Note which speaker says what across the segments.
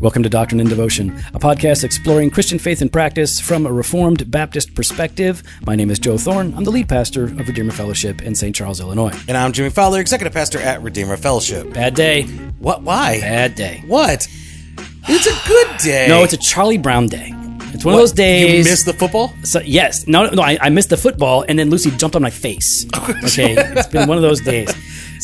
Speaker 1: Welcome to Doctrine and Devotion, a podcast exploring Christian faith and practice from a Reformed Baptist perspective. My name is Joe Thorne. I'm the lead pastor of Redeemer Fellowship in St. Charles, Illinois.
Speaker 2: And I'm Jimmy Fowler, executive pastor at Redeemer Fellowship.
Speaker 1: Bad day.
Speaker 2: What? Why?
Speaker 1: Bad day.
Speaker 2: What? It's a good day.
Speaker 1: No, it's a Charlie Brown day. It's one of those
Speaker 2: You
Speaker 1: days.
Speaker 2: missed the football?
Speaker 1: So, yes. No, no, I, I missed the football, and then Lucy jumped on my face. Okay. it's been one of those days. uh,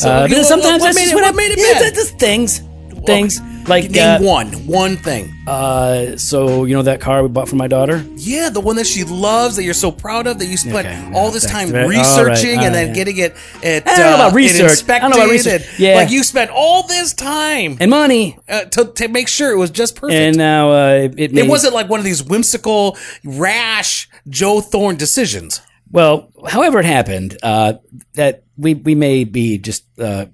Speaker 1: but
Speaker 2: what-
Speaker 1: then sometimes
Speaker 2: what
Speaker 1: that's
Speaker 2: made
Speaker 1: just
Speaker 2: it-
Speaker 1: what I
Speaker 2: what
Speaker 1: made
Speaker 2: made
Speaker 1: it.
Speaker 2: it
Speaker 1: it's-
Speaker 2: bad?
Speaker 1: it's just things. Things like
Speaker 2: Name
Speaker 1: uh,
Speaker 2: one. One thing.
Speaker 1: uh, so you know that car we bought for my daughter.
Speaker 2: yeah, the one that she loves, that you're so proud of, that you spent
Speaker 1: Okay, yeah,
Speaker 2: all this
Speaker 1: that's
Speaker 2: time
Speaker 1: right. All right,
Speaker 2: researching
Speaker 1: all
Speaker 2: and then
Speaker 1: right.
Speaker 2: getting it, it
Speaker 1: I don't know about
Speaker 2: uh, it
Speaker 1: research. I don't
Speaker 2: inspected.
Speaker 1: know about research.
Speaker 2: and-
Speaker 1: Yeah.
Speaker 2: Like you spent all this time
Speaker 1: and money,
Speaker 2: uh, to, to make sure it was just perfect.
Speaker 1: and now uh, it, it,
Speaker 2: it
Speaker 1: made-
Speaker 2: wasn't like one of these whimsical, rash Joe Thorne decisions.
Speaker 1: Well, however it happened, uh, that we we may be just uh,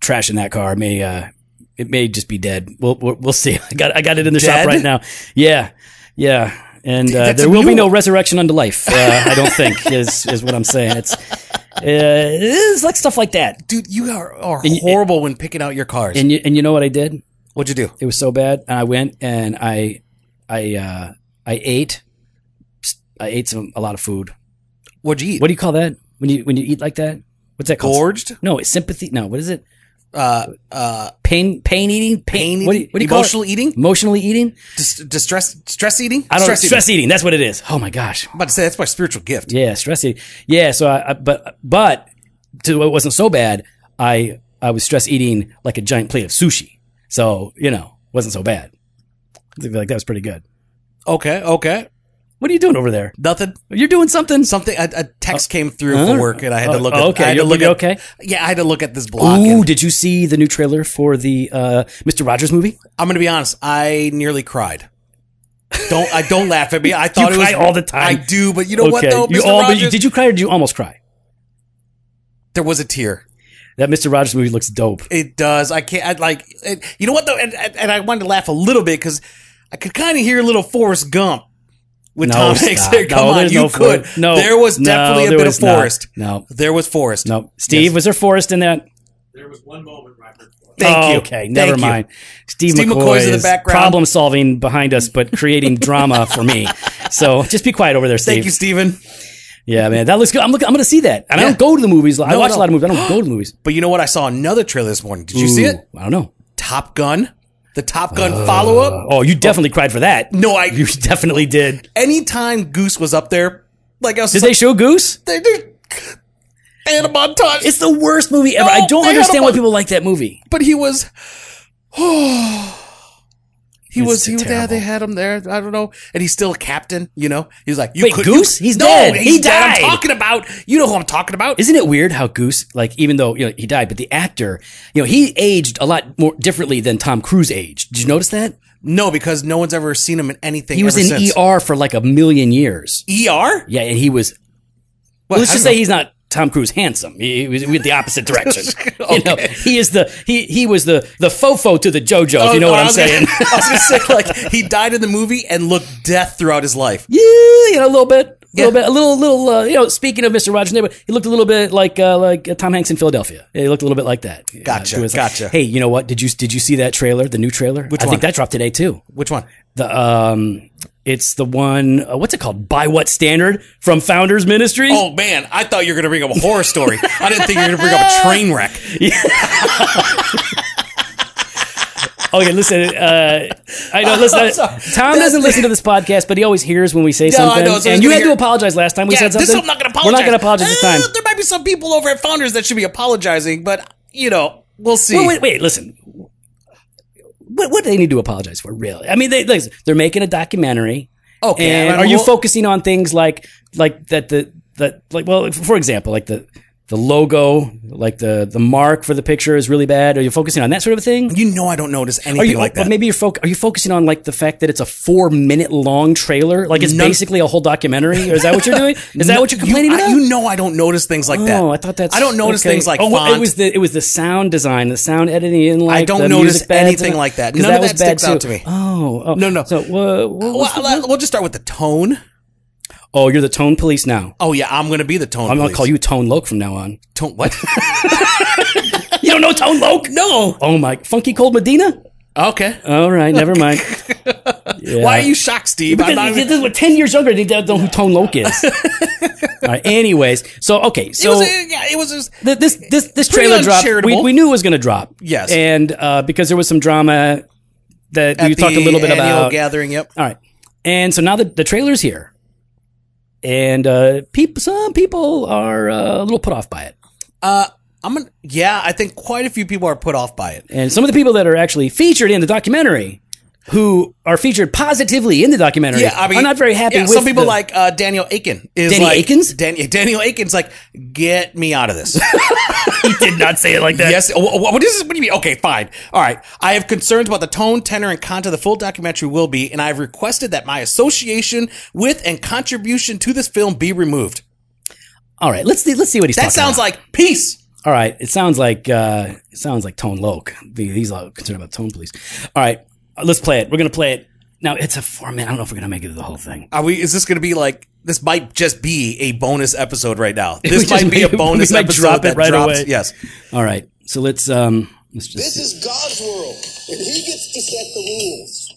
Speaker 1: trashing that car. May uh, it may just be dead. We'll we'll, we'll see. I got I got it in the shop
Speaker 2: Dead?
Speaker 1: right now. Yeah, yeah. And uh,
Speaker 2: that's
Speaker 1: there
Speaker 2: a
Speaker 1: will
Speaker 2: new
Speaker 1: be no
Speaker 2: one.
Speaker 1: resurrection unto life. Uh, I don't think is is what I'm saying. It's uh, it's like stuff like that.
Speaker 2: Dude, you are, are horrible when picking out your cars.
Speaker 1: And you and you know what I did?
Speaker 2: What'd you do?
Speaker 1: It was so bad, and I went and I I uh, I ate I ate some a lot of food.
Speaker 2: What'd you eat?
Speaker 1: What do you call that when you when you eat like that? What's that called?
Speaker 2: gorged?
Speaker 1: No, it's sympathy. No, what is it?
Speaker 2: Uh, uh,
Speaker 1: Pain, pain eating, pain.
Speaker 2: pain?
Speaker 1: what do you, what do you
Speaker 2: emotional
Speaker 1: call it?
Speaker 2: eating?
Speaker 1: Emotionally eating.
Speaker 2: Dis- distress? Stress eating?
Speaker 1: I don't
Speaker 2: stress
Speaker 1: stress, stress eating. That's what it is. Oh my gosh.
Speaker 2: I'm about to say that's my spiritual gift.
Speaker 1: Yeah, stress eating. Yeah. So I, I but but to what wasn't so bad, I I was stress eating like a giant plate of sushi. So you know, wasn't so bad. I feel like that was pretty good.
Speaker 2: Okay, okay.
Speaker 1: What are you doing over there?
Speaker 2: Nothing.
Speaker 1: You're doing something.
Speaker 2: Something. A, a text came through
Speaker 1: Uh, huh?
Speaker 2: for work, and I had to
Speaker 1: Oh,
Speaker 2: look. At,
Speaker 1: okay,
Speaker 2: I had
Speaker 1: you're
Speaker 2: to look
Speaker 1: looking
Speaker 2: at,
Speaker 1: okay?
Speaker 2: Yeah, I had to look at this block.
Speaker 1: Ooh,
Speaker 2: and
Speaker 1: did you see the new trailer for the uh, Mr. Rogers movie?
Speaker 2: I'm going to be honest. I nearly cried. Don't I don't laugh at me. I thought it was
Speaker 1: cry all the time.
Speaker 2: I do, but you know what though,
Speaker 1: you
Speaker 2: Mr.
Speaker 1: all, but
Speaker 2: Rogers,
Speaker 1: you, did you cry or did you almost cry?
Speaker 2: there was a tear.
Speaker 1: That Mr. Rogers movie looks dope.
Speaker 2: It does. I can't. I, like it, you know what though, and, and and I wanted to laugh a little bit because I could kind of hear a little Forrest Gump with
Speaker 1: No,
Speaker 2: Tom
Speaker 1: stop.
Speaker 2: Hanks. There,
Speaker 1: No,
Speaker 2: come on,
Speaker 1: there's
Speaker 2: you
Speaker 1: no
Speaker 2: could.
Speaker 1: Forrest. No,
Speaker 2: there was
Speaker 1: no,
Speaker 2: definitely
Speaker 1: there
Speaker 2: a bit of
Speaker 1: was not.
Speaker 2: Forrest.
Speaker 1: No.
Speaker 2: there was Forrest.
Speaker 1: No, Steve,
Speaker 2: Yes.
Speaker 1: was there Forrest in that?
Speaker 2: Thank
Speaker 1: Oh,
Speaker 2: you.
Speaker 1: Okay, never
Speaker 2: Thank you.
Speaker 1: mind. Steve,
Speaker 2: Steve
Speaker 1: McCoy
Speaker 2: McCoy's
Speaker 1: is
Speaker 2: in the background.
Speaker 1: problem solving behind us, but creating drama for me. So just be quiet over there, Steve.
Speaker 2: Thank you, Steven.
Speaker 1: Yeah, man, that looks good. I'm looking. I'm going to see that. And I
Speaker 2: Yeah.
Speaker 1: don't go to the movies. I
Speaker 2: No,
Speaker 1: watch
Speaker 2: no.
Speaker 1: a lot of movies. I don't go to the movies.
Speaker 2: But you know what? I saw another trailer this morning. Did you see it?
Speaker 1: Ooh, I don't know.
Speaker 2: Top Gun, the Top Gun follow up.
Speaker 1: Oh, you definitely cried for that.
Speaker 2: No, I.
Speaker 1: you definitely did.
Speaker 2: Anytime Goose was up there, like I was,
Speaker 1: Did
Speaker 2: just
Speaker 1: they show Goose?
Speaker 2: like, they, they, they had a montage.
Speaker 1: It's the worst movie ever. I
Speaker 2: No,
Speaker 1: don't
Speaker 2: they had
Speaker 1: understand
Speaker 2: a
Speaker 1: why
Speaker 2: bu-
Speaker 1: people like that movie.
Speaker 2: but he was he
Speaker 1: It's
Speaker 2: was he was yeah,
Speaker 1: terrible.
Speaker 2: they had him there i don't know and he's still a captain you know he's like you
Speaker 1: Wait,
Speaker 2: could-
Speaker 1: Goose?
Speaker 2: you-
Speaker 1: He's
Speaker 2: no,
Speaker 1: dead.
Speaker 2: he's
Speaker 1: He
Speaker 2: dead.
Speaker 1: died.
Speaker 2: i'm talking about you know who i'm talking about
Speaker 1: Isn't it weird how Goose, like, even though you know he died, but the actor, you know, he aged a lot more differently than Tom Cruise aged. Did you notice that?
Speaker 2: no because no one's ever seen him in anything
Speaker 1: He was in
Speaker 2: ever since.
Speaker 1: ER for like a million years.
Speaker 2: er
Speaker 1: Yeah, and he was.
Speaker 2: Well,
Speaker 1: let's
Speaker 2: I
Speaker 1: just
Speaker 2: don't
Speaker 1: say E
Speaker 2: know.
Speaker 1: he's not Tom Cruise handsome. He, he was with the opposite direction. You know, he is the he he was the the fofo to the JoJo. if you know
Speaker 2: Oh,
Speaker 1: what
Speaker 2: I
Speaker 1: I'm
Speaker 2: was gonna-
Speaker 1: saying?
Speaker 2: I was gonna say like he died in the movie and looked death throughout his life.
Speaker 1: yeah, you know, a little bit, a little
Speaker 2: Yeah.
Speaker 1: bit, a little little. Uh, you know, speaking of Mr. Rogers' neighborhood, he looked a little bit like uh, like uh, Tom Hanks in Philadelphia. Yeah, He looked a little bit like that. Uh,
Speaker 2: Gotcha,
Speaker 1: it was like,
Speaker 2: gotcha.
Speaker 1: hey, you know what? Did you did you see that trailer? The new trailer? Which I
Speaker 2: one?
Speaker 1: think that dropped today too.
Speaker 2: Which one?
Speaker 1: The um, it's the one. Uh, what's it called? By what standard? From Founders Ministry.
Speaker 2: Oh man, I thought you were gonna bring up a horror story. I didn't think you were gonna bring up a train wreck.
Speaker 1: Okay, listen. Uh, I know. Listen,
Speaker 2: sorry.
Speaker 1: Tom doesn't listen to this podcast, but he always hears when we say something.
Speaker 2: I know, so
Speaker 1: and
Speaker 2: he's
Speaker 1: you
Speaker 2: gonna
Speaker 1: had to
Speaker 2: hear-
Speaker 1: apologize last time we said something.
Speaker 2: This I'm not going to apologize.
Speaker 1: We're not going to apologize this
Speaker 2: Eh,
Speaker 1: time.
Speaker 2: There might be some people over at Founders that should be apologizing, but you know, we'll see.
Speaker 1: Wait, wait, wait, listen. What, what do they need to apologize for, really? I mean, they, listen, they're making a documentary.
Speaker 2: Okay,
Speaker 1: And
Speaker 2: I-
Speaker 1: are you
Speaker 2: well-
Speaker 1: focusing on things like like that the that like well for example like the the logo like the the mark for the picture is really bad? Are you focusing on that sort of a thing?
Speaker 2: You know, I don't notice anything
Speaker 1: Are you
Speaker 2: like
Speaker 1: but
Speaker 2: that.
Speaker 1: Maybe you're foc- are you focusing on like the fact that it's a four minute long trailer? Like it's
Speaker 2: None-
Speaker 1: basically a whole documentary? Or is that what you're doing? Is that
Speaker 2: No,
Speaker 1: what you're complaining
Speaker 2: you, I-
Speaker 1: about?
Speaker 2: you know, I don't notice things like that.
Speaker 1: Oh, I thought that's.
Speaker 2: I don't notice
Speaker 1: okay.
Speaker 2: things like
Speaker 1: oh, well,
Speaker 2: font.
Speaker 1: it was the it was the sound design, the sound editing, and like
Speaker 2: don't
Speaker 1: the
Speaker 2: notice
Speaker 1: music beds
Speaker 2: anything
Speaker 1: and-
Speaker 2: like that.
Speaker 1: 'cause
Speaker 2: None of
Speaker 1: was
Speaker 2: that
Speaker 1: bad
Speaker 2: sticks out
Speaker 1: too.
Speaker 2: to me.
Speaker 1: Oh, oh.
Speaker 2: No, no.
Speaker 1: So wha- wha- what's
Speaker 2: well,
Speaker 1: the-
Speaker 2: I- we'll just start with the tone.
Speaker 1: Oh, you're the tone police now.
Speaker 2: Oh yeah, I'm gonna be the tone.
Speaker 1: I'm gonna
Speaker 2: police.
Speaker 1: call you Tone Loke from now on.
Speaker 2: tone. What?
Speaker 1: You don't know Tone Loke?
Speaker 2: no.
Speaker 1: Oh my, Funky Cold Medina.
Speaker 2: Okay.
Speaker 1: All right, never mind. Yeah.
Speaker 2: Why are you shocked, Steve? I'm
Speaker 1: Because
Speaker 2: not
Speaker 1: this
Speaker 2: even-
Speaker 1: is what ten years younger. They don't know who Tone Loke is. All right. Anyways, so okay,
Speaker 2: it
Speaker 1: so
Speaker 2: was. a- yeah, it was. just-
Speaker 1: th- this this this
Speaker 2: Pretty
Speaker 1: trailer dropped. We,
Speaker 2: uncharitable.
Speaker 1: we knew it was going to drop.
Speaker 2: Yes.
Speaker 1: and uh, because there was some drama that we
Speaker 2: at
Speaker 1: talked a
Speaker 2: the
Speaker 1: little bit
Speaker 2: annual
Speaker 1: about.
Speaker 2: gathering. Yep.
Speaker 1: All right, and so now the the trailer's here, and uh, peop- some people are uh, a little put off by it,
Speaker 2: Uh, I'm gonna. Yeah, I think quite a few people are put off by it.
Speaker 1: and some of the people that are actually featured in the documentary. Who are featured positively in the documentary?
Speaker 2: Yeah, I mean,
Speaker 1: am not very happy.
Speaker 2: yeah,
Speaker 1: with
Speaker 2: some people
Speaker 1: the-
Speaker 2: like uh, Daniel Aiken is
Speaker 1: Danny
Speaker 2: like,
Speaker 1: Aikens?
Speaker 2: Dan- Daniel Aiken's like, get me out of this.
Speaker 1: he did not say it like that.
Speaker 2: yes. wh- wh- What, is this? What do you mean? Okay, fine. All right. I have concerns about the tone, tenor, and content the full documentary will be, and I have requested that my association with and contribution to this film be removed.
Speaker 1: All right, let's see, let's see what he's
Speaker 2: That
Speaker 1: talking
Speaker 2: sounds
Speaker 1: about.
Speaker 2: like peace.
Speaker 1: All right, it sounds like uh, it sounds like Tone Loke. The- He's all concerned about Tone Police. All right, uh, let's play it. We're gonna play it now. It's a four minute. I don't know if we're gonna make it through the whole thing.
Speaker 2: Are we? Is this going to be like? This might just be a bonus episode right now.
Speaker 1: We
Speaker 2: This
Speaker 1: just
Speaker 2: might be a
Speaker 1: might- we
Speaker 2: bonus
Speaker 1: might
Speaker 2: episode
Speaker 1: drop it
Speaker 2: that
Speaker 1: right
Speaker 2: drops.
Speaker 1: away.
Speaker 2: Yes.
Speaker 1: All right, so let's um let's just
Speaker 3: This is God's world, and He gets to set the rules.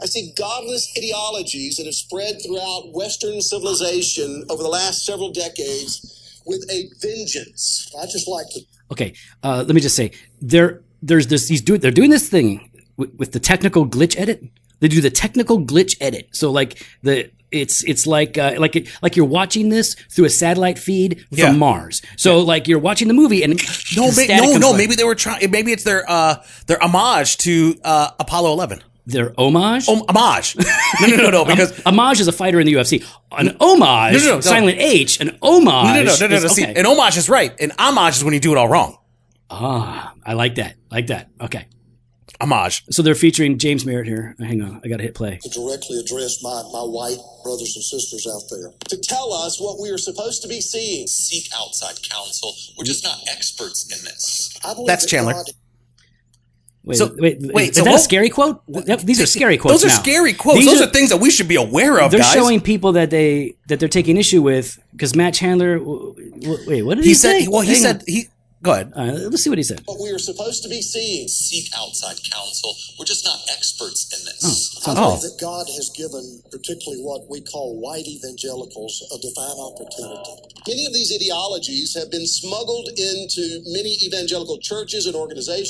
Speaker 3: I see godless ideologies that have spread throughout Western civilization over the last several decades with a vengeance. I just like to
Speaker 1: okay. Uh, let me just say there there's this he's doing they're doing this thing with, with the technical glitch edit. They do the technical glitch edit. So like the it's it's like uh, like it, like you're watching this through a satellite feed from
Speaker 2: Yeah.
Speaker 1: Mars. So like you're watching the movie and
Speaker 2: No,
Speaker 1: the
Speaker 2: may,
Speaker 1: static
Speaker 2: no,
Speaker 1: comes
Speaker 2: no.
Speaker 1: by.
Speaker 2: Maybe they were trying. Maybe it's their uh their homage to uh Apollo Eleven.
Speaker 1: their homage.
Speaker 2: Hom- homage. no, no, no, no. Because
Speaker 1: Homage is a fighter in the UFC. An homage,
Speaker 2: No, no, no, no.
Speaker 1: silent H, an homage.
Speaker 2: no, no, no, no, no. no.
Speaker 1: is-
Speaker 2: See,
Speaker 1: okay.
Speaker 2: an homage is right, and homage is when you do it all wrong.
Speaker 1: ah, I like that. Like that. Okay.
Speaker 2: Homage.
Speaker 1: So they're featuring James Merritt here. Hang on. I got to hit play.
Speaker 3: to directly address my, my white brothers and sisters out there to tell us what we are supposed to be seeing.
Speaker 4: seek outside counsel. We're just not experts in this.
Speaker 3: I believe
Speaker 2: That's
Speaker 3: that
Speaker 2: Chandler.
Speaker 3: God-
Speaker 1: Wait,
Speaker 2: So-
Speaker 1: wait,
Speaker 2: wait,
Speaker 1: Is
Speaker 2: so
Speaker 1: that a
Speaker 2: what-
Speaker 1: scary quote? That- these are scary quotes.
Speaker 2: Those are
Speaker 1: now.
Speaker 2: scary quotes.
Speaker 1: These
Speaker 2: Those are, things that we should be aware of,
Speaker 1: They're
Speaker 2: guys.
Speaker 1: showing people that they that they're taking issue with because Matt Chandler. w- w- Wait, what did he,
Speaker 2: he said.
Speaker 1: say?
Speaker 2: Well, he
Speaker 1: Hang
Speaker 2: said he. Go ahead.
Speaker 1: on. Uh, let's see what he said.
Speaker 3: What we are supposed to be seeing.
Speaker 4: Seek outside counsel. We're just not experts in this.
Speaker 1: Hmm.
Speaker 3: I
Speaker 2: Oh.
Speaker 3: believe that God has given, particularly what we call white evangelicals, a divine opportunity. Many of these ideologies have been smuggled into many evangelical churches and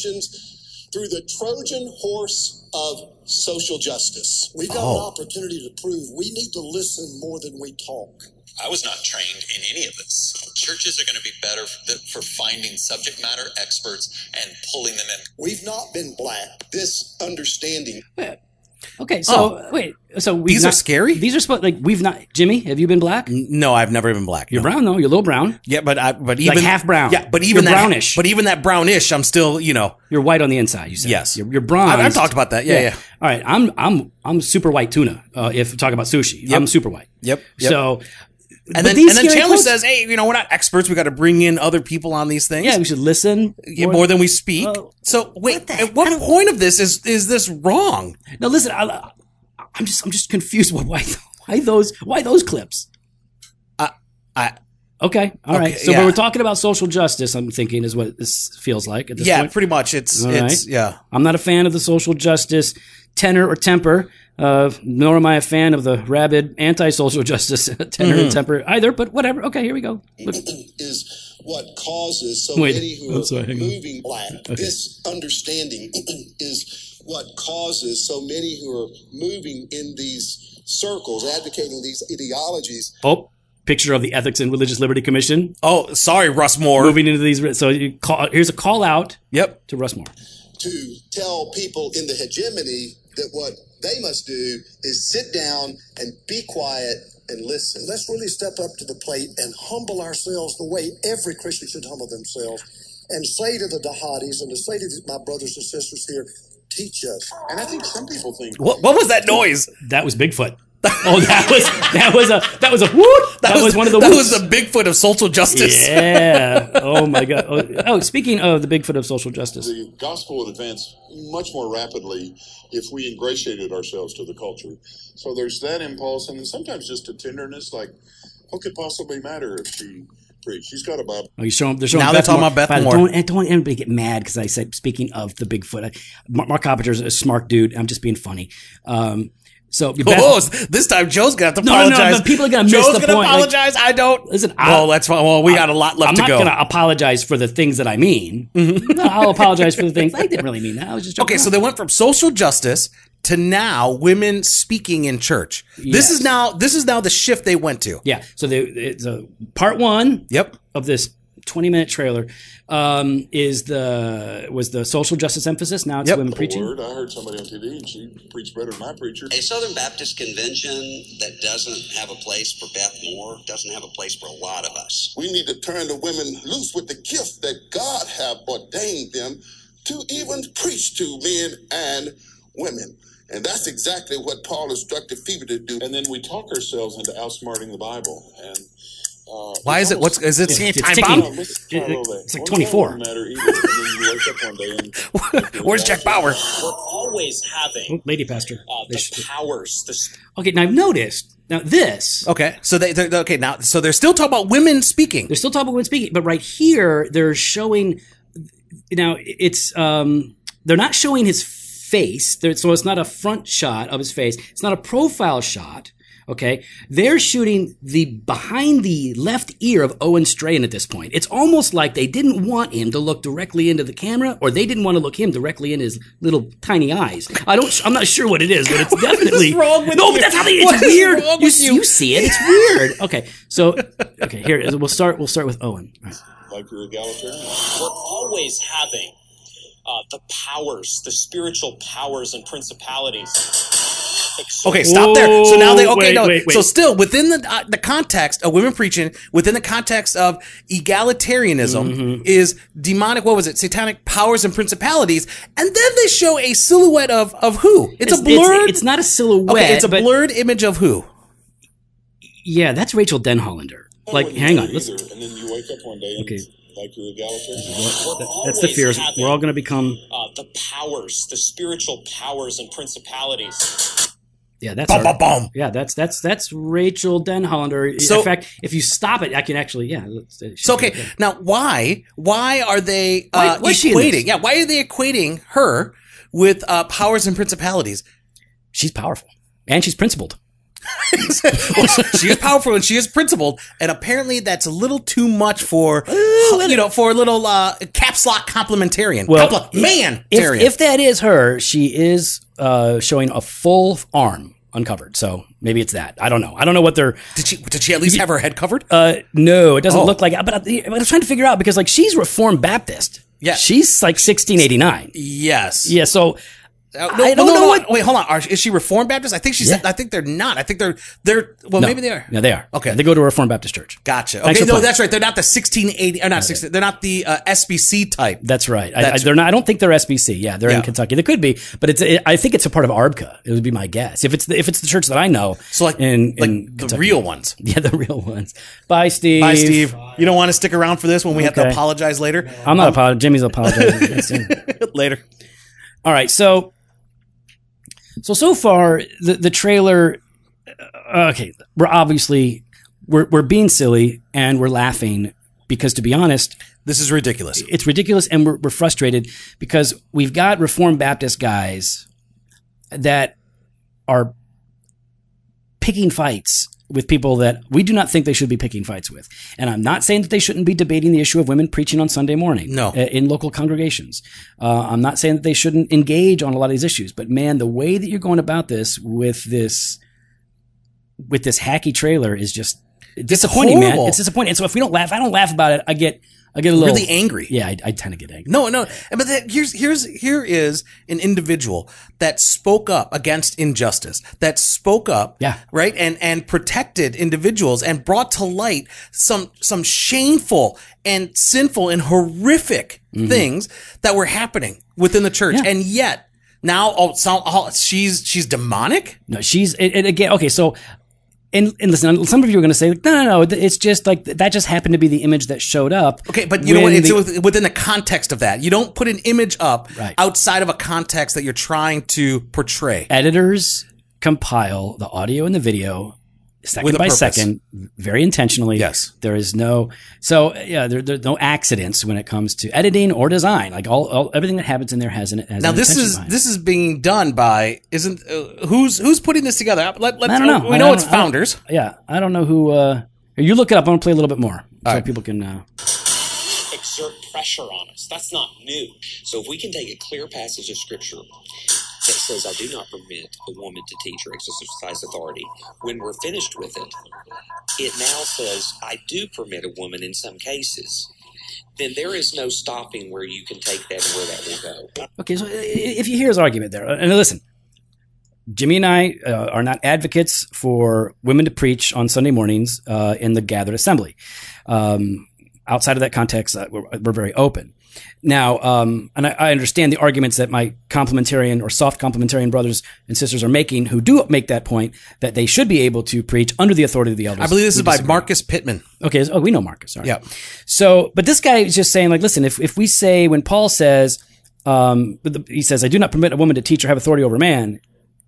Speaker 3: organizations through the Trojan horse of social justice. We've got an
Speaker 2: Oh.
Speaker 3: opportunity to prove we need to listen more than we talk.
Speaker 4: I was not trained in any of this. Churches are going to be better for, the, for finding subject matter experts and pulling them in.
Speaker 3: We've not been black. This understanding
Speaker 1: Wait. Okay, so wait, so we
Speaker 2: Oh. These are scary?
Speaker 1: These are supposed like we've not. Jimmy, have you been black?
Speaker 2: Oh, No, I've never been black.
Speaker 1: You're
Speaker 2: no.
Speaker 1: brown though. You're a little brown.
Speaker 2: Yeah, but I. But even
Speaker 1: half brown.
Speaker 2: Yeah, but
Speaker 1: You're
Speaker 2: even that,
Speaker 1: brownish.
Speaker 2: But even that brownish, I'm still. You know.
Speaker 1: You're white on the inside. You said
Speaker 2: Yes.
Speaker 1: You're, you're bronze.
Speaker 2: I- I've talked about that. Yeah, yeah.
Speaker 1: All right. I'm I'm I'm super white tuna. Uh, if we talk about sushi, I'm super white.
Speaker 2: Yep, yep.
Speaker 1: So, but
Speaker 2: And then,
Speaker 1: these
Speaker 2: and then
Speaker 1: scary
Speaker 2: Chandler
Speaker 1: quotes-
Speaker 2: says, "Hey, you know, we're not experts. We got to bring in other people on these things.
Speaker 1: "Yeah, we should listen
Speaker 2: Yeah, more, than we speak." so wait, at what point of this is is this wrong?
Speaker 1: Now listen, I, I'm just I'm just confused. What why why those why those clips?
Speaker 2: I
Speaker 1: Okay, all right.
Speaker 2: Okay,
Speaker 1: So when
Speaker 2: yeah.
Speaker 1: we're talking about social justice, I'm thinking is what this feels like at this
Speaker 2: yeah,
Speaker 1: point.
Speaker 2: pretty much. It's
Speaker 1: All
Speaker 2: it's
Speaker 1: right.
Speaker 2: yeah.
Speaker 1: I'm not a fan of the social justice tenor or temper, uh, nor am I a fan of the rabid anti-social justice tenor
Speaker 2: Mm-hmm.
Speaker 1: and temper either. But whatever. Okay, here we go. Look.
Speaker 3: is what causes so
Speaker 1: Wait,
Speaker 3: many who
Speaker 1: I'm
Speaker 3: are
Speaker 1: sorry, hang on.
Speaker 3: moving black. This understanding is what causes so many who are moving in these circles, advocating these ideologies.
Speaker 1: Oh, picture of the Ethics and Religious Liberty Commission
Speaker 2: Oh, sorry, Russ Moore.
Speaker 1: moving into these. So you call, here's a call out
Speaker 2: Yep.
Speaker 1: to Russ Moore.
Speaker 3: to tell people in the hegemony that what they must do is sit down and be quiet and listen. Let's really step up to the plate and humble ourselves the way every Christian should humble themselves and say to the Dahadis and to say to my brothers and sisters here, teach us. And I think some people think
Speaker 2: What what was that noise?
Speaker 1: That was Bigfoot. Oh, that was that was a that was a whoop. That, was, one of the
Speaker 2: that
Speaker 1: whoops.
Speaker 2: was the Bigfoot of social justice.
Speaker 1: yeah. Oh my god. Oh, oh, speaking of the Bigfoot of social justice,
Speaker 3: The gospel would advance much more rapidly if we ingratiated ourselves to the culture. So there's that impulse, and then sometimes just a tenderness, like, what could possibly matter if she preached? She's got a Bible.
Speaker 1: oh, you showing they're showing
Speaker 2: Now they're talking
Speaker 1: Moore.
Speaker 2: about Beth
Speaker 1: By the-
Speaker 2: Moore.
Speaker 1: Don't, and don't want anybody to get mad because I said speaking of the Bigfoot. I, Mark, Mark Carpenter's a smart dude. I'm just being funny. Um, so Beth,
Speaker 2: Oh, this time Joe's gonna have to
Speaker 1: No, no, no,
Speaker 2: apologize.
Speaker 1: but people are gonna miss
Speaker 2: Joe's
Speaker 1: the
Speaker 2: gonna
Speaker 1: point, like-
Speaker 2: apologize. I don't.
Speaker 1: Listen, I-
Speaker 2: well, that's fine. Well, we got a lot left
Speaker 1: I'm
Speaker 2: to
Speaker 1: not
Speaker 2: go. Mm-hmm.
Speaker 1: going to apologize for the things that I mean. I'll apologize for the things I didn't really mean that. I was just joking
Speaker 2: Okay, so they went from social justice to now women speaking in church. This
Speaker 1: Yes.
Speaker 2: is now this is now the shift they went to.
Speaker 1: yeah. So they, it's a part one.
Speaker 2: Yep.
Speaker 1: of this 20 minute trailer um, is the was the social justice emphasis now it's
Speaker 2: Yep.
Speaker 1: women
Speaker 3: A
Speaker 1: preaching
Speaker 3: word. I heard somebody on TV, and she preached better than my preacher.
Speaker 4: A Southern Baptist convention that doesn't have a place for Beth Moore doesn't have a place for a lot of us.
Speaker 3: We need to turn the women loose with the gift that God have ordained them to even preach to men and women. And that's exactly what Paul instructed Phoebe to do. And then we talk ourselves into outsmarting the Bible. And uh,
Speaker 2: Why is it? What's is it?
Speaker 1: it's
Speaker 2: time
Speaker 1: ticking.
Speaker 2: bomb?
Speaker 3: It's
Speaker 1: It- it- it's like 24.
Speaker 3: Matter either. And then you wake up one day and
Speaker 2: Where's Jack Bauer?
Speaker 5: We're always having
Speaker 1: Oh, lady pastor
Speaker 5: uh,
Speaker 1: They
Speaker 5: the
Speaker 1: should-
Speaker 5: powers. The,
Speaker 1: okay now i've noticed now this
Speaker 2: Okay, so they they're, okay now. So they're still talking about women speaking.
Speaker 1: they're still talking about women speaking but right here they're showing now it's um, they're not showing his face they're, so it's not a front shot of his face it's not a profile shot okay they're shooting the behind the left ear of owen strahan at this point it's almost like they didn't want him to look directly into the camera or they didn't want to look him directly in his little tiny eyes i don't i'm not sure what it is but it's definitely
Speaker 2: wrong with
Speaker 1: no
Speaker 2: you?
Speaker 1: but that's how they it's
Speaker 2: What is
Speaker 1: weird
Speaker 2: wrong
Speaker 1: you,
Speaker 2: with
Speaker 1: see-
Speaker 2: you?
Speaker 1: you see it it's weird okay so okay here it is. we'll start we'll start with owen All right.
Speaker 3: Like you're egalitarian.
Speaker 5: we're always having uh, the powers, the spiritual powers and principalities. exert-
Speaker 2: Okay, stop there. So now they
Speaker 1: Whoa,
Speaker 2: okay
Speaker 1: wait,
Speaker 2: no.
Speaker 1: wait, wait.
Speaker 2: So still within the uh, the context of women preaching, within the context of egalitarianism,
Speaker 1: Mm-hmm.
Speaker 2: is demonic. What was it? Satanic powers and principalities, and then they show a silhouette of of who? It's, a blurred.
Speaker 1: It's, not a silhouette.
Speaker 2: okay, it's a
Speaker 1: but-
Speaker 2: blurred image of who?
Speaker 1: Yeah, that's Rachel Denhollander.
Speaker 2: Oh,
Speaker 1: Like,
Speaker 3: Wouldn't
Speaker 1: hang
Speaker 3: do
Speaker 1: on. Let's,
Speaker 3: either. And then you wake up one day and
Speaker 1: Okay.
Speaker 3: like you're egalitarian.
Speaker 5: we're
Speaker 1: that's the
Speaker 5: always
Speaker 1: fear. is
Speaker 5: having,
Speaker 1: We're all going to become.
Speaker 5: uh, the powers, the spiritual powers and principalities.
Speaker 1: Yeah, that's.
Speaker 2: Bum,
Speaker 1: our-
Speaker 2: bum, bum.
Speaker 1: Yeah, that's that's that's Rachel Denhollander.
Speaker 2: So-
Speaker 1: In fact, if you stop it, I can actually. Yeah. let's- uh,
Speaker 2: So okay, now why why are they
Speaker 1: Why-
Speaker 2: uh,
Speaker 1: why is she in this?
Speaker 2: equating? Yeah, why are they equating her with uh, powers and principalities?
Speaker 1: she's powerful and she's principled.
Speaker 2: well, she is powerful and she is principled, and apparently that's a little too much for you know for a little uh, caps lock complementarian.
Speaker 1: Well,
Speaker 2: man,
Speaker 1: If, if that is her, she is uh, showing a full arm uncovered. So maybe it's that. I don't know. I don't know what they're.
Speaker 2: did she did she at least have her head covered?
Speaker 1: Uh, no, it doesn't
Speaker 2: Oh.
Speaker 1: look like. But I, but I was trying to figure out because like she's Reformed Baptist.
Speaker 2: Yeah.
Speaker 1: She's like 1689.
Speaker 2: yes.
Speaker 1: Yeah. So
Speaker 2: Uh,
Speaker 1: I don't know what-
Speaker 2: Wait, hold on. Are, is she Reformed Baptist? I think she's.
Speaker 1: Yeah.
Speaker 2: I think they're not. I think they're. They're. Well,
Speaker 1: No.
Speaker 2: maybe they are.
Speaker 1: No, they are.
Speaker 2: Okay.
Speaker 1: They go to a Reformed Baptist church.
Speaker 2: Gotcha.
Speaker 1: Thanks
Speaker 2: Okay.
Speaker 1: for
Speaker 2: No,
Speaker 1: playing.
Speaker 2: that's right. They're not the 1680. Or not 16. They're not the uh, SBC type.
Speaker 1: That's right. I, I,
Speaker 2: That's-
Speaker 1: they're not. I don't think they're SBC. Yeah, they're
Speaker 2: Yeah.
Speaker 1: in Kentucky. They could be, but it's. It, I think it's a part of ARBCA. It would be my guess. If it's the, if it's the church that I know.
Speaker 2: So like
Speaker 1: in,
Speaker 2: like
Speaker 1: in
Speaker 2: the
Speaker 1: Kentucky.
Speaker 2: real ones.
Speaker 1: yeah, the real ones. Bye, Steve.
Speaker 2: Bye, Steve. You don't want to stick around for this when we have to
Speaker 1: Okay.
Speaker 2: apologize later.
Speaker 1: I'm not
Speaker 2: Um,
Speaker 1: apologizing. Jimmy's apologizing.
Speaker 2: later.
Speaker 1: All right, so so so far the the trailer. uh, okay, we're obviously we're we're being silly and we're laughing because to be honest,
Speaker 2: This is ridiculous.
Speaker 1: it's ridiculous and we're, we're frustrated because we've got reformed baptist guys that are picking fights with people that we do not think they should be picking fights with and i'm not saying that they shouldn't be debating the issue of women preaching on sunday morning
Speaker 2: No.
Speaker 1: uh, in local congregations uh, i'm not saying that they shouldn't engage on a lot of these issues but man the way that you're going about this with this with this hacky trailer is just disappointing man
Speaker 2: horrible.
Speaker 1: it's disappointing and so if we don't laugh i don't laugh about it i get i get a little
Speaker 2: Really angry.
Speaker 1: yeah, I, I tend to get angry.
Speaker 2: No, no. But that, here's here's here is an individual that spoke up against injustice, that spoke up,
Speaker 1: Yeah.
Speaker 2: right, and and protected individuals and brought to light some some shameful and sinful and horrific things that were happening within the church,
Speaker 1: Mm-hmm. Yeah.
Speaker 2: and yet Now, oh, so, oh, she's she's demonic.
Speaker 1: No, she's and, and again okay. So, and and listen, some of you are going to say no, no, no. It's just like that. Just happened to be the image that showed up.
Speaker 2: Okay, but you know
Speaker 1: when
Speaker 2: what? It's
Speaker 1: the-
Speaker 2: with- within the context of that. You don't put an image up
Speaker 1: Right.
Speaker 2: outside of a context that you're trying to portray.
Speaker 1: editors compile the audio and the video second
Speaker 2: With a
Speaker 1: by
Speaker 2: purpose.
Speaker 1: second very intentionally
Speaker 2: Yes.
Speaker 1: there is no so yeah there, there's no accidents when it comes to editing or design like all, all everything that happens in there has an has
Speaker 2: Now
Speaker 1: an
Speaker 2: this
Speaker 1: intention
Speaker 2: is
Speaker 1: behind it.
Speaker 2: this is being done by isn't uh, who's who's putting this together? Let, let's,
Speaker 1: I don't know.
Speaker 2: We
Speaker 1: I
Speaker 2: know
Speaker 1: don't-
Speaker 2: it's
Speaker 1: I don't-
Speaker 2: founders.
Speaker 1: yeah i don't know who uh you look it up i'm gonna play a little bit more so people can uh
Speaker 5: exert pressure on us. That's not new.
Speaker 6: So if we can take a clear passage of scripture that says, I do not permit a woman to teach or exercise authority, when we're finished with it, it now says, I do permit a woman in some cases. Then there is no stopping where you can take that and where that will go.
Speaker 1: Okay, so i- if you hear his argument there, and listen, Jimmy and I uh, are not advocates for women to preach on Sunday mornings uh, in the gathered assembly. Um, outside of that context, uh, we're, we're very open. Now, um, and I, I understand the arguments that my complementarian or soft complementarian brothers and sisters are making, who do make that point that they should be able to preach under the authority of the elders.
Speaker 2: I believe this
Speaker 1: We
Speaker 2: is by
Speaker 1: disagree.
Speaker 2: Marcus Pittman.
Speaker 1: Okay, so- oh, we know Marcus. All right.
Speaker 2: Yeah.
Speaker 1: So, but this guy is just saying, like, listen, if, if we say when Paul says, um, but the- he says, I do not permit a woman to teach or have authority over man.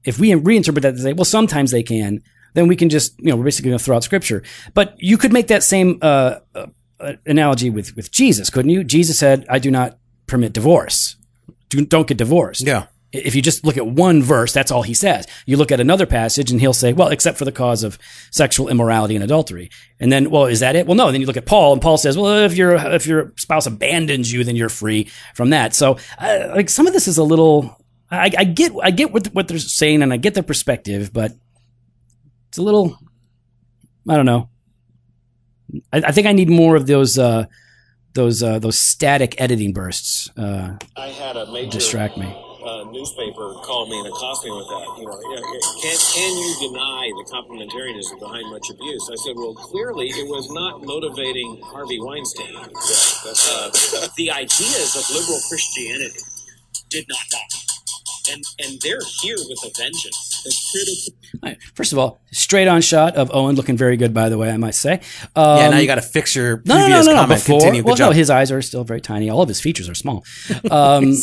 Speaker 1: If we reinterpret that to say, well, sometimes they can, then we can just, you know, we're basically going to throw out scripture. But you could make that same uh, uh, uh, analogy with with Jesus, couldn't you? Jesus said, I do not permit divorce. Do, don't get divorced.
Speaker 2: Yeah.
Speaker 1: If you just look at one verse, that's all he says. You look at another passage and he'll say, well, except for the cause of sexual immorality and adultery. And then, well, is that it? Well, no. Then you look at Paul and Paul says, well, if your, if your spouse abandons you, then you're free from that. So uh, like some of this is a little, I, I get, I get what, what they're saying and I get their perspective, but it's a little, I don't know. I, I think I need more of those, uh, those, uh, those static editing bursts, uh,
Speaker 5: I had a major
Speaker 1: distract me.
Speaker 5: uh, newspaper call me and accost me with that. You know, yeah, yeah, can, can you deny the complementarianism behind much abuse? I said, well, clearly it was not motivating Harvey Weinstein. Uh, the ideas of liberal Christianity did not die, and and they're here with a vengeance. The critical
Speaker 1: Alright. First of all, straight on shot of Owen looking very good, by the way, I must say. Um,
Speaker 2: yeah. Now you got to fix your
Speaker 1: no, no,
Speaker 2: previous
Speaker 1: no, no, no,
Speaker 2: comment.
Speaker 1: before.
Speaker 2: Continue. Good
Speaker 1: well,
Speaker 2: job.
Speaker 1: no, his eyes are still very tiny. All of his features are small. Um,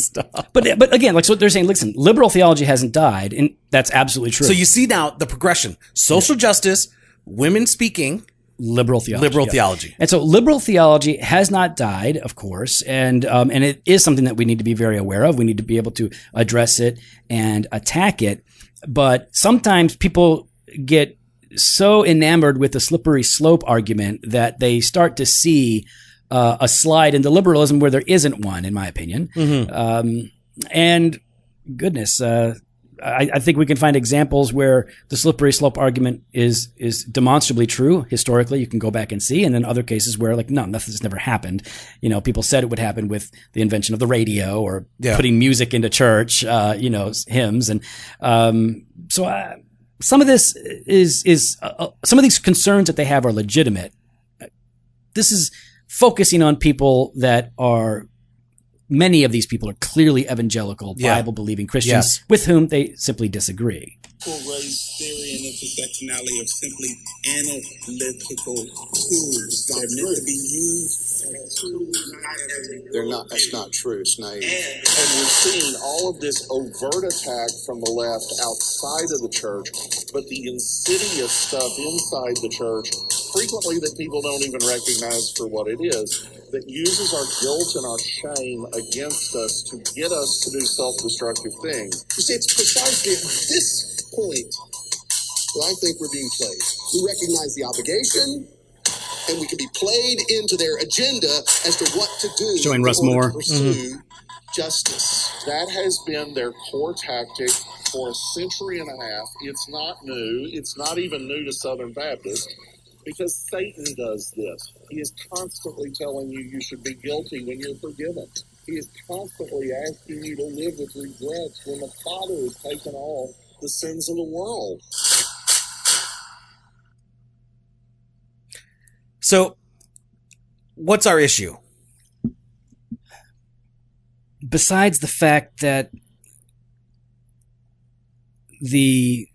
Speaker 1: but but again, like so, they're saying, listen, liberal theology hasn't died, and that's absolutely true.
Speaker 2: so you see now the progression: social justice, women speaking,
Speaker 1: liberal theology,
Speaker 2: liberal
Speaker 1: yeah.
Speaker 2: theology.
Speaker 1: And so liberal theology has not died, of course, and um, and it is something that we need to be very aware of. We need to be able to address it and attack it. But sometimes people get so enamored with the slippery slope argument that they start to see uh, a slide into liberalism where there isn't one, in my opinion.
Speaker 2: Mm-hmm.
Speaker 1: Um, and goodness, uh, I, I think we can find examples where the slippery slope argument is is demonstrably true historically. You can go back and see, and then other cases where like no, nothing's never happened. You know, people said it would happen with the invention of the radio or
Speaker 2: Yeah.
Speaker 1: putting music into church. Uh, you know, s- hymns and um, so. I, some of this is is uh, uh, some of these concerns that they have are legitimate. This is focusing on people that are many of these people are clearly evangelical,
Speaker 2: Yeah.
Speaker 1: Bible believing Christians
Speaker 2: Yes.
Speaker 1: with whom they simply disagree.
Speaker 7: race theory and the intersectionality of simply analytical tools. They're meant to be used as tools, not as a
Speaker 3: They're not. That's not true, Snape. And we're seeing all of this overt attack from the left outside of the church, but the insidious stuff inside the church, frequently that people don't even recognize for what it is, that uses our guilt and our shame against us to get us to do self-destructive things. You see, it's precisely at this point
Speaker 7: Well, I think we're being played. We recognize the obligation, and we can be played into their agenda as to what to do.
Speaker 1: Showing Russ
Speaker 7: in order
Speaker 1: Moore.
Speaker 7: to
Speaker 3: Mm-hmm.
Speaker 7: Pursue justice.
Speaker 3: That has been their core tactic for a century and a half. It's not new. It's not even new to Southern Baptists because Satan does this. He is constantly telling you you should be guilty when you're forgiven. He is constantly asking you to live with regrets when the Father has taken all the sins of the world.
Speaker 2: So, what's our issue?
Speaker 1: Besides the fact that the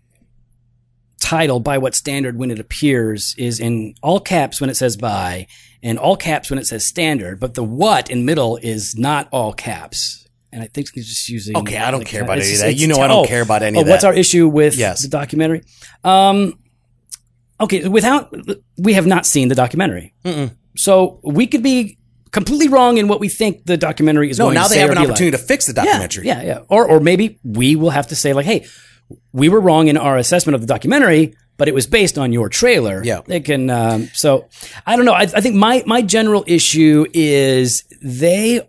Speaker 1: title by what standard when it appears is in all caps when it says by and all caps when it says standard, but the what in middle is not all caps. And I think they're just using.
Speaker 2: Okay, I don't care about
Speaker 1: it's
Speaker 2: any of
Speaker 1: just-
Speaker 2: that.
Speaker 1: it's
Speaker 2: You know
Speaker 1: te-
Speaker 2: I don't
Speaker 1: oh,
Speaker 2: care about any
Speaker 1: oh,
Speaker 2: of
Speaker 1: What's
Speaker 2: that.
Speaker 1: our issue with
Speaker 2: Yes.
Speaker 1: the documentary? Um, okay, without we have not seen the documentary, so we could be completely wrong in what we think the documentary is.
Speaker 2: No,
Speaker 1: going
Speaker 2: now
Speaker 1: to
Speaker 2: they
Speaker 1: say
Speaker 2: have
Speaker 1: or
Speaker 2: an
Speaker 1: be like.
Speaker 2: opportunity to fix the documentary.
Speaker 1: Yeah, yeah, yeah. Or or maybe we will have to say like, hey, we were wrong in our assessment of the documentary, but it was based on your trailer.
Speaker 2: Yeah.
Speaker 1: they can. Um, so I don't know. I, I think my my general issue is they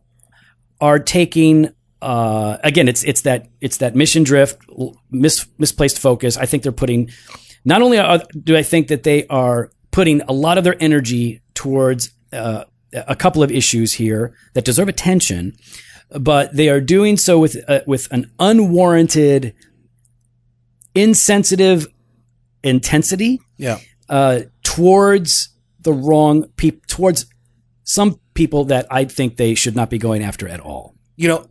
Speaker 1: are taking. Uh, again, it's it's that it's that mission drift, l- mis, misplaced focus. I think they're putting. Not only are, do I think that they are putting a lot of their energy towards uh, a couple of issues here that deserve attention, but they are doing so with uh, with an unwarranted, insensitive intensity
Speaker 2: Yeah.
Speaker 1: uh, towards the wrong people, towards some people that I think they should not be going after at all.
Speaker 2: you know,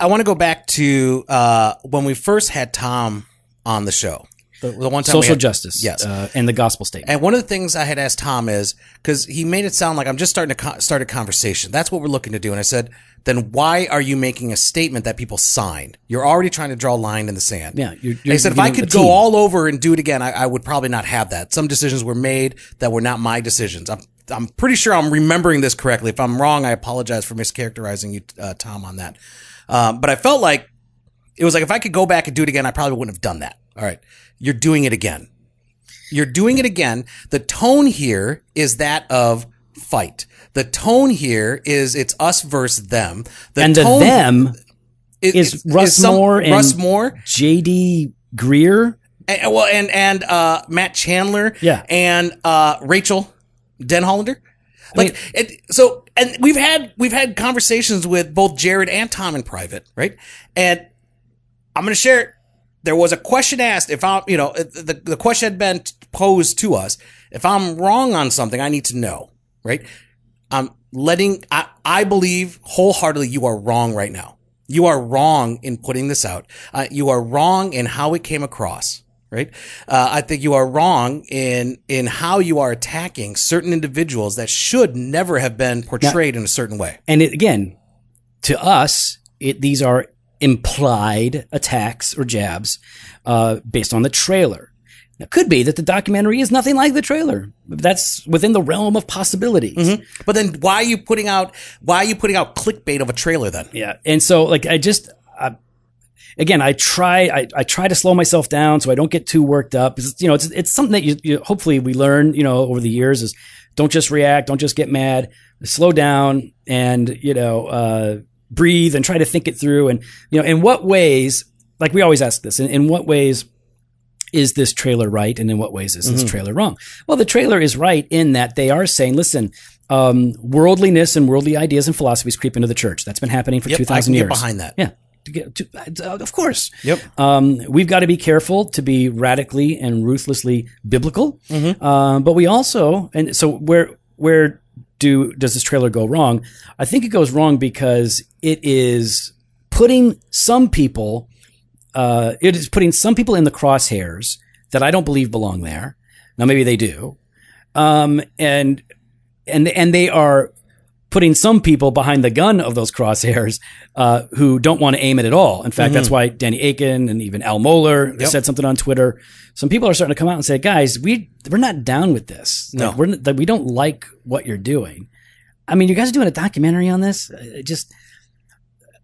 Speaker 2: I want to go back to uh, when we first had Tom on the show. The, the one time we
Speaker 1: Social
Speaker 2: had-
Speaker 1: justice,
Speaker 2: Yes.
Speaker 1: uh, and the gospel statement.
Speaker 2: And one of the things I had asked Tom is because he made it sound like I'm just starting to co- start a conversation. That's what we're looking to do. And I said, then why are you making a statement that people signed? You're already trying to draw a line in the sand.
Speaker 1: Yeah, you're-
Speaker 2: And he said,
Speaker 1: you're
Speaker 2: if I
Speaker 1: giving
Speaker 2: could
Speaker 1: the
Speaker 2: go
Speaker 1: team.
Speaker 2: all over and do it again, I, I would probably not have that. Some decisions were made that were not my decisions. I'm I'm pretty sure I'm remembering this correctly. If I'm wrong, I apologize for mischaracterizing you, uh, Tom, on that. Um, but I felt like it was like if I could go back and do it again, I probably wouldn't have done that. All right, you're doing it again. You're doing it again. The tone here is that of fight. The tone here is it's us versus them. The
Speaker 1: and the
Speaker 2: tone
Speaker 1: them, is Russ Moore and-
Speaker 2: Russ Moore,
Speaker 1: J.D. Greer.
Speaker 2: and, and- well, and and uh, Matt Chandler,
Speaker 1: Yeah.
Speaker 2: and uh, Rachel Den Hollander. Like it, so, and we've had we've had conversations with both Jared and Tom in private, right? And I'm going to share it. There was a question asked if I'm, you know, uh, the, the question had been posed to us. If I'm wrong on something, I need to know, right? I'm letting, I, I believe wholeheartedly you are wrong right now. You are wrong in putting this out. Uh, you are wrong in how it came across, right? Uh, I think you are wrong in, in how you are attacking certain individuals that should never have been portrayed in a certain way.
Speaker 1: And it, again, to us, it, these are implied attacks or jabs uh, based on the trailer. Now, it could be that the documentary is nothing like the trailer. That's within the realm of possibilities.
Speaker 2: But then why are you putting out, why are you putting out clickbait of a trailer then?
Speaker 1: Yeah, and so like I just. I, Again, I try. I, I try to slow myself down so I don't get too worked up. It's, you know, it's it's something that you, you hopefully we learn. You know, over the years is don't just react, don't just get mad. Slow down and you know uh, breathe and try to think it through. And you know, in what ways? Like we always ask this. In, in what ways is this trailer right and in what ways is
Speaker 2: Mm-hmm.
Speaker 1: this trailer wrong well the trailer is right in that they are saying listen um, worldliness and worldly ideas and philosophies creep into the church that's been happening for
Speaker 2: Yep, I
Speaker 1: 2000
Speaker 2: can get
Speaker 1: years
Speaker 2: behind that.
Speaker 1: yeah To get- to- uh, of course
Speaker 2: Yep.
Speaker 1: um, we've got to be careful to be radically and ruthlessly biblical um, but we also and so where where do does this trailer go wrong i think it goes wrong because it is putting some people uh, it is putting some people in the crosshairs that I don't believe belong there. Now maybe they do, um, and and and they are putting some people behind the gun of those crosshairs uh, who don't want to aim it at all. In fact, that's why Danny Aiken and even Al Mohler said something on Twitter. Some people are starting to come out and say, "Guys, we we're not down with this.
Speaker 2: No.
Speaker 1: Like, we're n- that we don't like what you're doing." I mean, you guys are doing a documentary on this. Uh, It just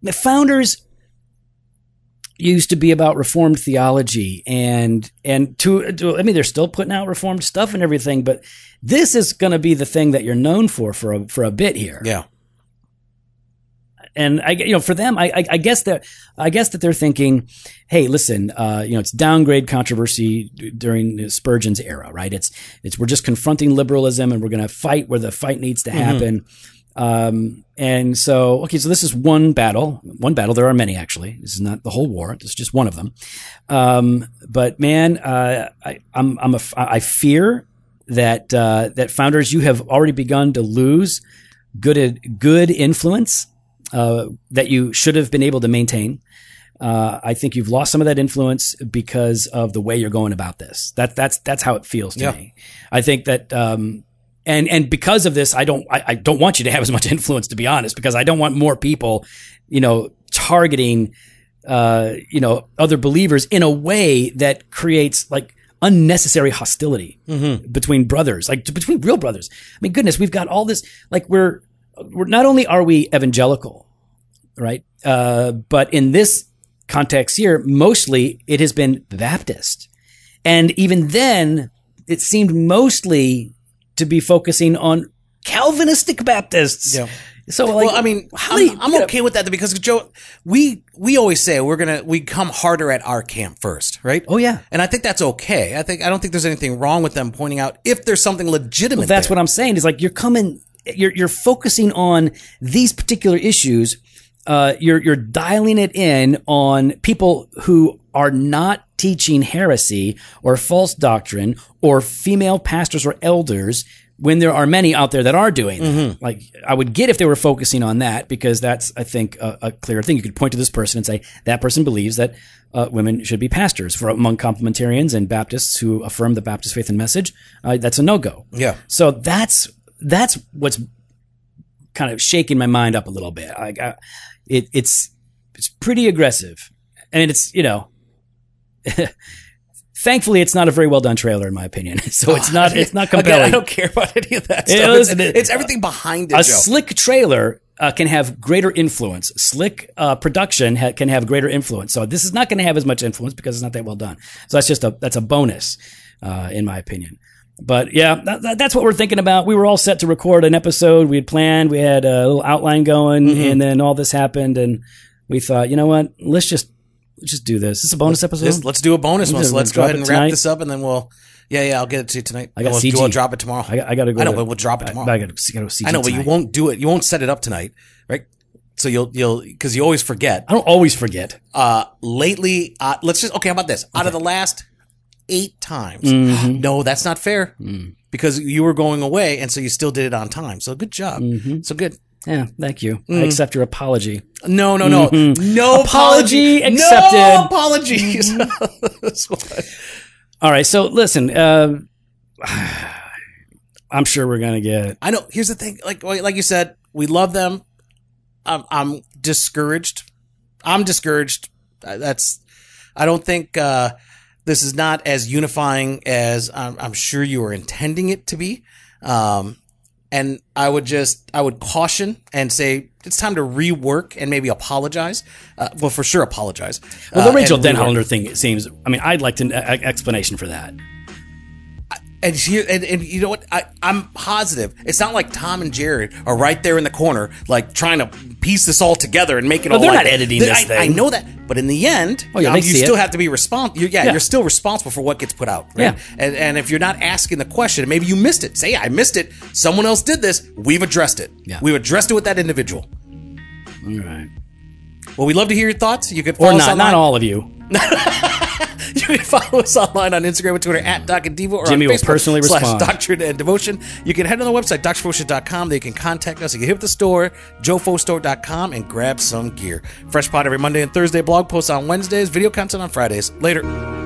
Speaker 1: the founders used to be about reformed theology and and to, to I mean they're still putting out reformed stuff and everything but this is going to be the thing that you're known for for a, for a bit here
Speaker 2: Yeah.
Speaker 1: and I you know for them I I, I guess that I guess that they're thinking hey listen uh, you know it's downgrade controversy d- during Spurgeon's era right it's it's we're just confronting liberalism and we're going to fight where the fight needs to happen um, and so, okay, so this is one battle. One battle. There are many, actually. This is not the whole war. This is just one of them. Um, but man, uh, I, I'm, I'm a, I fear that uh, that founders, you have already begun to lose good good influence uh, that you should have been able to maintain. Uh, I think you've lost some of that influence because of the way you're going about this. That that's that's how it feels to
Speaker 2: Yeah.
Speaker 1: me. I think that um, and and because of this, I don't I, I don't want you to have as much influence to be honest, because I don't want more people, you know, targeting uh, you know other believers in a way that creates like unnecessary hostility
Speaker 2: Mm-hmm.
Speaker 1: between brothers, like t- between real brothers. I mean, goodness, we've got all this. Like we're we're not only are we evangelical, right? Uh, but in this context here, mostly it has been Baptist, and even then, it seemed mostly to be focusing on Calvinistic Baptists.
Speaker 2: Yeah.
Speaker 1: So, like,
Speaker 2: well, I mean,
Speaker 1: how do you-
Speaker 2: I'm, I'm okay with that because Joe, we we always say we're gonna we come harder at our camp first, right?
Speaker 1: Oh, yeah.
Speaker 2: and I think that's okay. I think I don't think there's anything wrong with them pointing out if there's something legitimate.
Speaker 1: that's what I'm saying. Is like you're coming, you're you're focusing on these particular issues. Uh, you're you're dialing it in on people who are not teaching heresy or false doctrine or female pastors or elders. When there are many out there that are doing that. Like I would get if they were focusing on that because that's I think a, a clear thing. You could point to this person and say that person believes that uh, women should be pastors. For among complementarians and Baptists who affirm the Baptist faith and message, uh, that's a no go.
Speaker 2: Yeah.
Speaker 1: So that's that's what's kind of shaking my mind up a little bit. Like I, it, it's it's pretty aggressive, and it's you know. Thankfully, it's not a very well done trailer, in my opinion. So it's not it's not
Speaker 2: Again,
Speaker 1: compelling.
Speaker 2: I don't care about any of that.
Speaker 1: Yeah,
Speaker 2: Stuff. It's-
Speaker 1: listen,
Speaker 2: it's,
Speaker 1: it-
Speaker 2: everything behind it,
Speaker 1: a
Speaker 2: Joe.
Speaker 1: slick trailer uh, can have greater influence. Slick uh, production ha- can have greater influence. So this is not going to have as much influence because it's not that well done. So that's just a that's a bonus, uh, in my opinion. But yeah, that, that- that's what we're thinking about. We were all set to record an episode. We had planned. We had a little outline going,
Speaker 2: Mm-hmm.
Speaker 1: and then all this happened, and we thought, you know what? Let's just let's just do this. It's a bonus episode.
Speaker 2: Let's, let's do a bonus one.
Speaker 1: gonna
Speaker 2: So let's go
Speaker 1: drop
Speaker 2: ahead
Speaker 1: it
Speaker 2: and wrap
Speaker 1: tonight.
Speaker 2: this up, and then we'll. Yeah, yeah, I'll get it to you tonight.
Speaker 1: I got
Speaker 2: we'll,
Speaker 1: CG.
Speaker 2: We'll drop it tomorrow.
Speaker 1: I, got to go.
Speaker 2: I know,
Speaker 1: to-
Speaker 2: but we'll drop it
Speaker 1: I-
Speaker 2: tomorrow.
Speaker 1: I, got to go see.
Speaker 2: I know, but you
Speaker 1: tonight.
Speaker 2: won't do it. You won't set it up tonight, right? So you'll you'll because you always forget.
Speaker 1: I don't always forget.
Speaker 2: Uh, lately, uh, let's just okay. How about this? Out of the last eight times,
Speaker 1: Mm-hmm.
Speaker 2: no, that's not fair
Speaker 1: Mm.
Speaker 2: because you were going away, and so you still did it on time. So good job.
Speaker 1: Mm-hmm.
Speaker 2: So good.
Speaker 1: Yeah, thank you. I
Speaker 2: Mm.
Speaker 1: accept your apology.
Speaker 2: No, no, no, no
Speaker 1: Mm-hmm. Apology
Speaker 2: apology, No
Speaker 1: accepted. Mm-hmm.
Speaker 2: apologies. That's what-
Speaker 1: All right, so listen, uh, I'm sure we're gonna get.
Speaker 2: I know. Here's the thing. Like like you said, we love them. I'm I'm discouraged. I'm discouraged. Uh, That's. I don't think uh, this is not as unifying as I'm, I'm sure you were intending it to be. Um, and I would just I would caution and say it's time to rework and maybe apologize. Uh, well, for sure, apologize.
Speaker 1: Well, the
Speaker 2: Uh,
Speaker 1: Rachel
Speaker 2: and rework.
Speaker 1: Denhollander thing it seems. I mean, I'd like an explanation for that.
Speaker 2: And here, and, and you know what? I, I'm positive. It's not like Tom and Jared are right there in the corner, like trying to piece this all together and make it
Speaker 1: No,
Speaker 2: all.
Speaker 1: they're
Speaker 2: like-
Speaker 1: not editing
Speaker 2: They-
Speaker 1: this
Speaker 2: I,
Speaker 1: thing.
Speaker 2: I know that, but in the end,
Speaker 1: Oh, yeah,
Speaker 2: um,
Speaker 1: they
Speaker 2: you
Speaker 1: see
Speaker 2: still
Speaker 1: it.
Speaker 2: have to be responsible. Yeah,
Speaker 1: Yeah.
Speaker 2: you're still responsible for what gets put out. Right?
Speaker 1: Yeah.
Speaker 2: And and if you're not asking the question, and maybe you missed it. Say, I missed it. Someone else did this. We've addressed it.
Speaker 1: Yeah.
Speaker 2: We've addressed it with that individual.
Speaker 1: All right,
Speaker 2: Well, we'd love to hear your thoughts. You could follow
Speaker 1: or
Speaker 2: us
Speaker 1: not?
Speaker 2: online.
Speaker 1: Not all of you.
Speaker 2: You can follow us online on Instagram and Twitter at Doc and Devo or
Speaker 1: Jimmy
Speaker 2: on
Speaker 1: will
Speaker 2: Facebook
Speaker 1: personally
Speaker 2: slash
Speaker 1: respond.
Speaker 2: Doctrine and Devotion. You can head on the website, doctrinedevotion.com. There you can contact us. You can hit up the store, jofostore.com, and grab some gear. Fresh pot every Monday and Thursday, blog posts on Wednesdays, video content on Fridays. Later.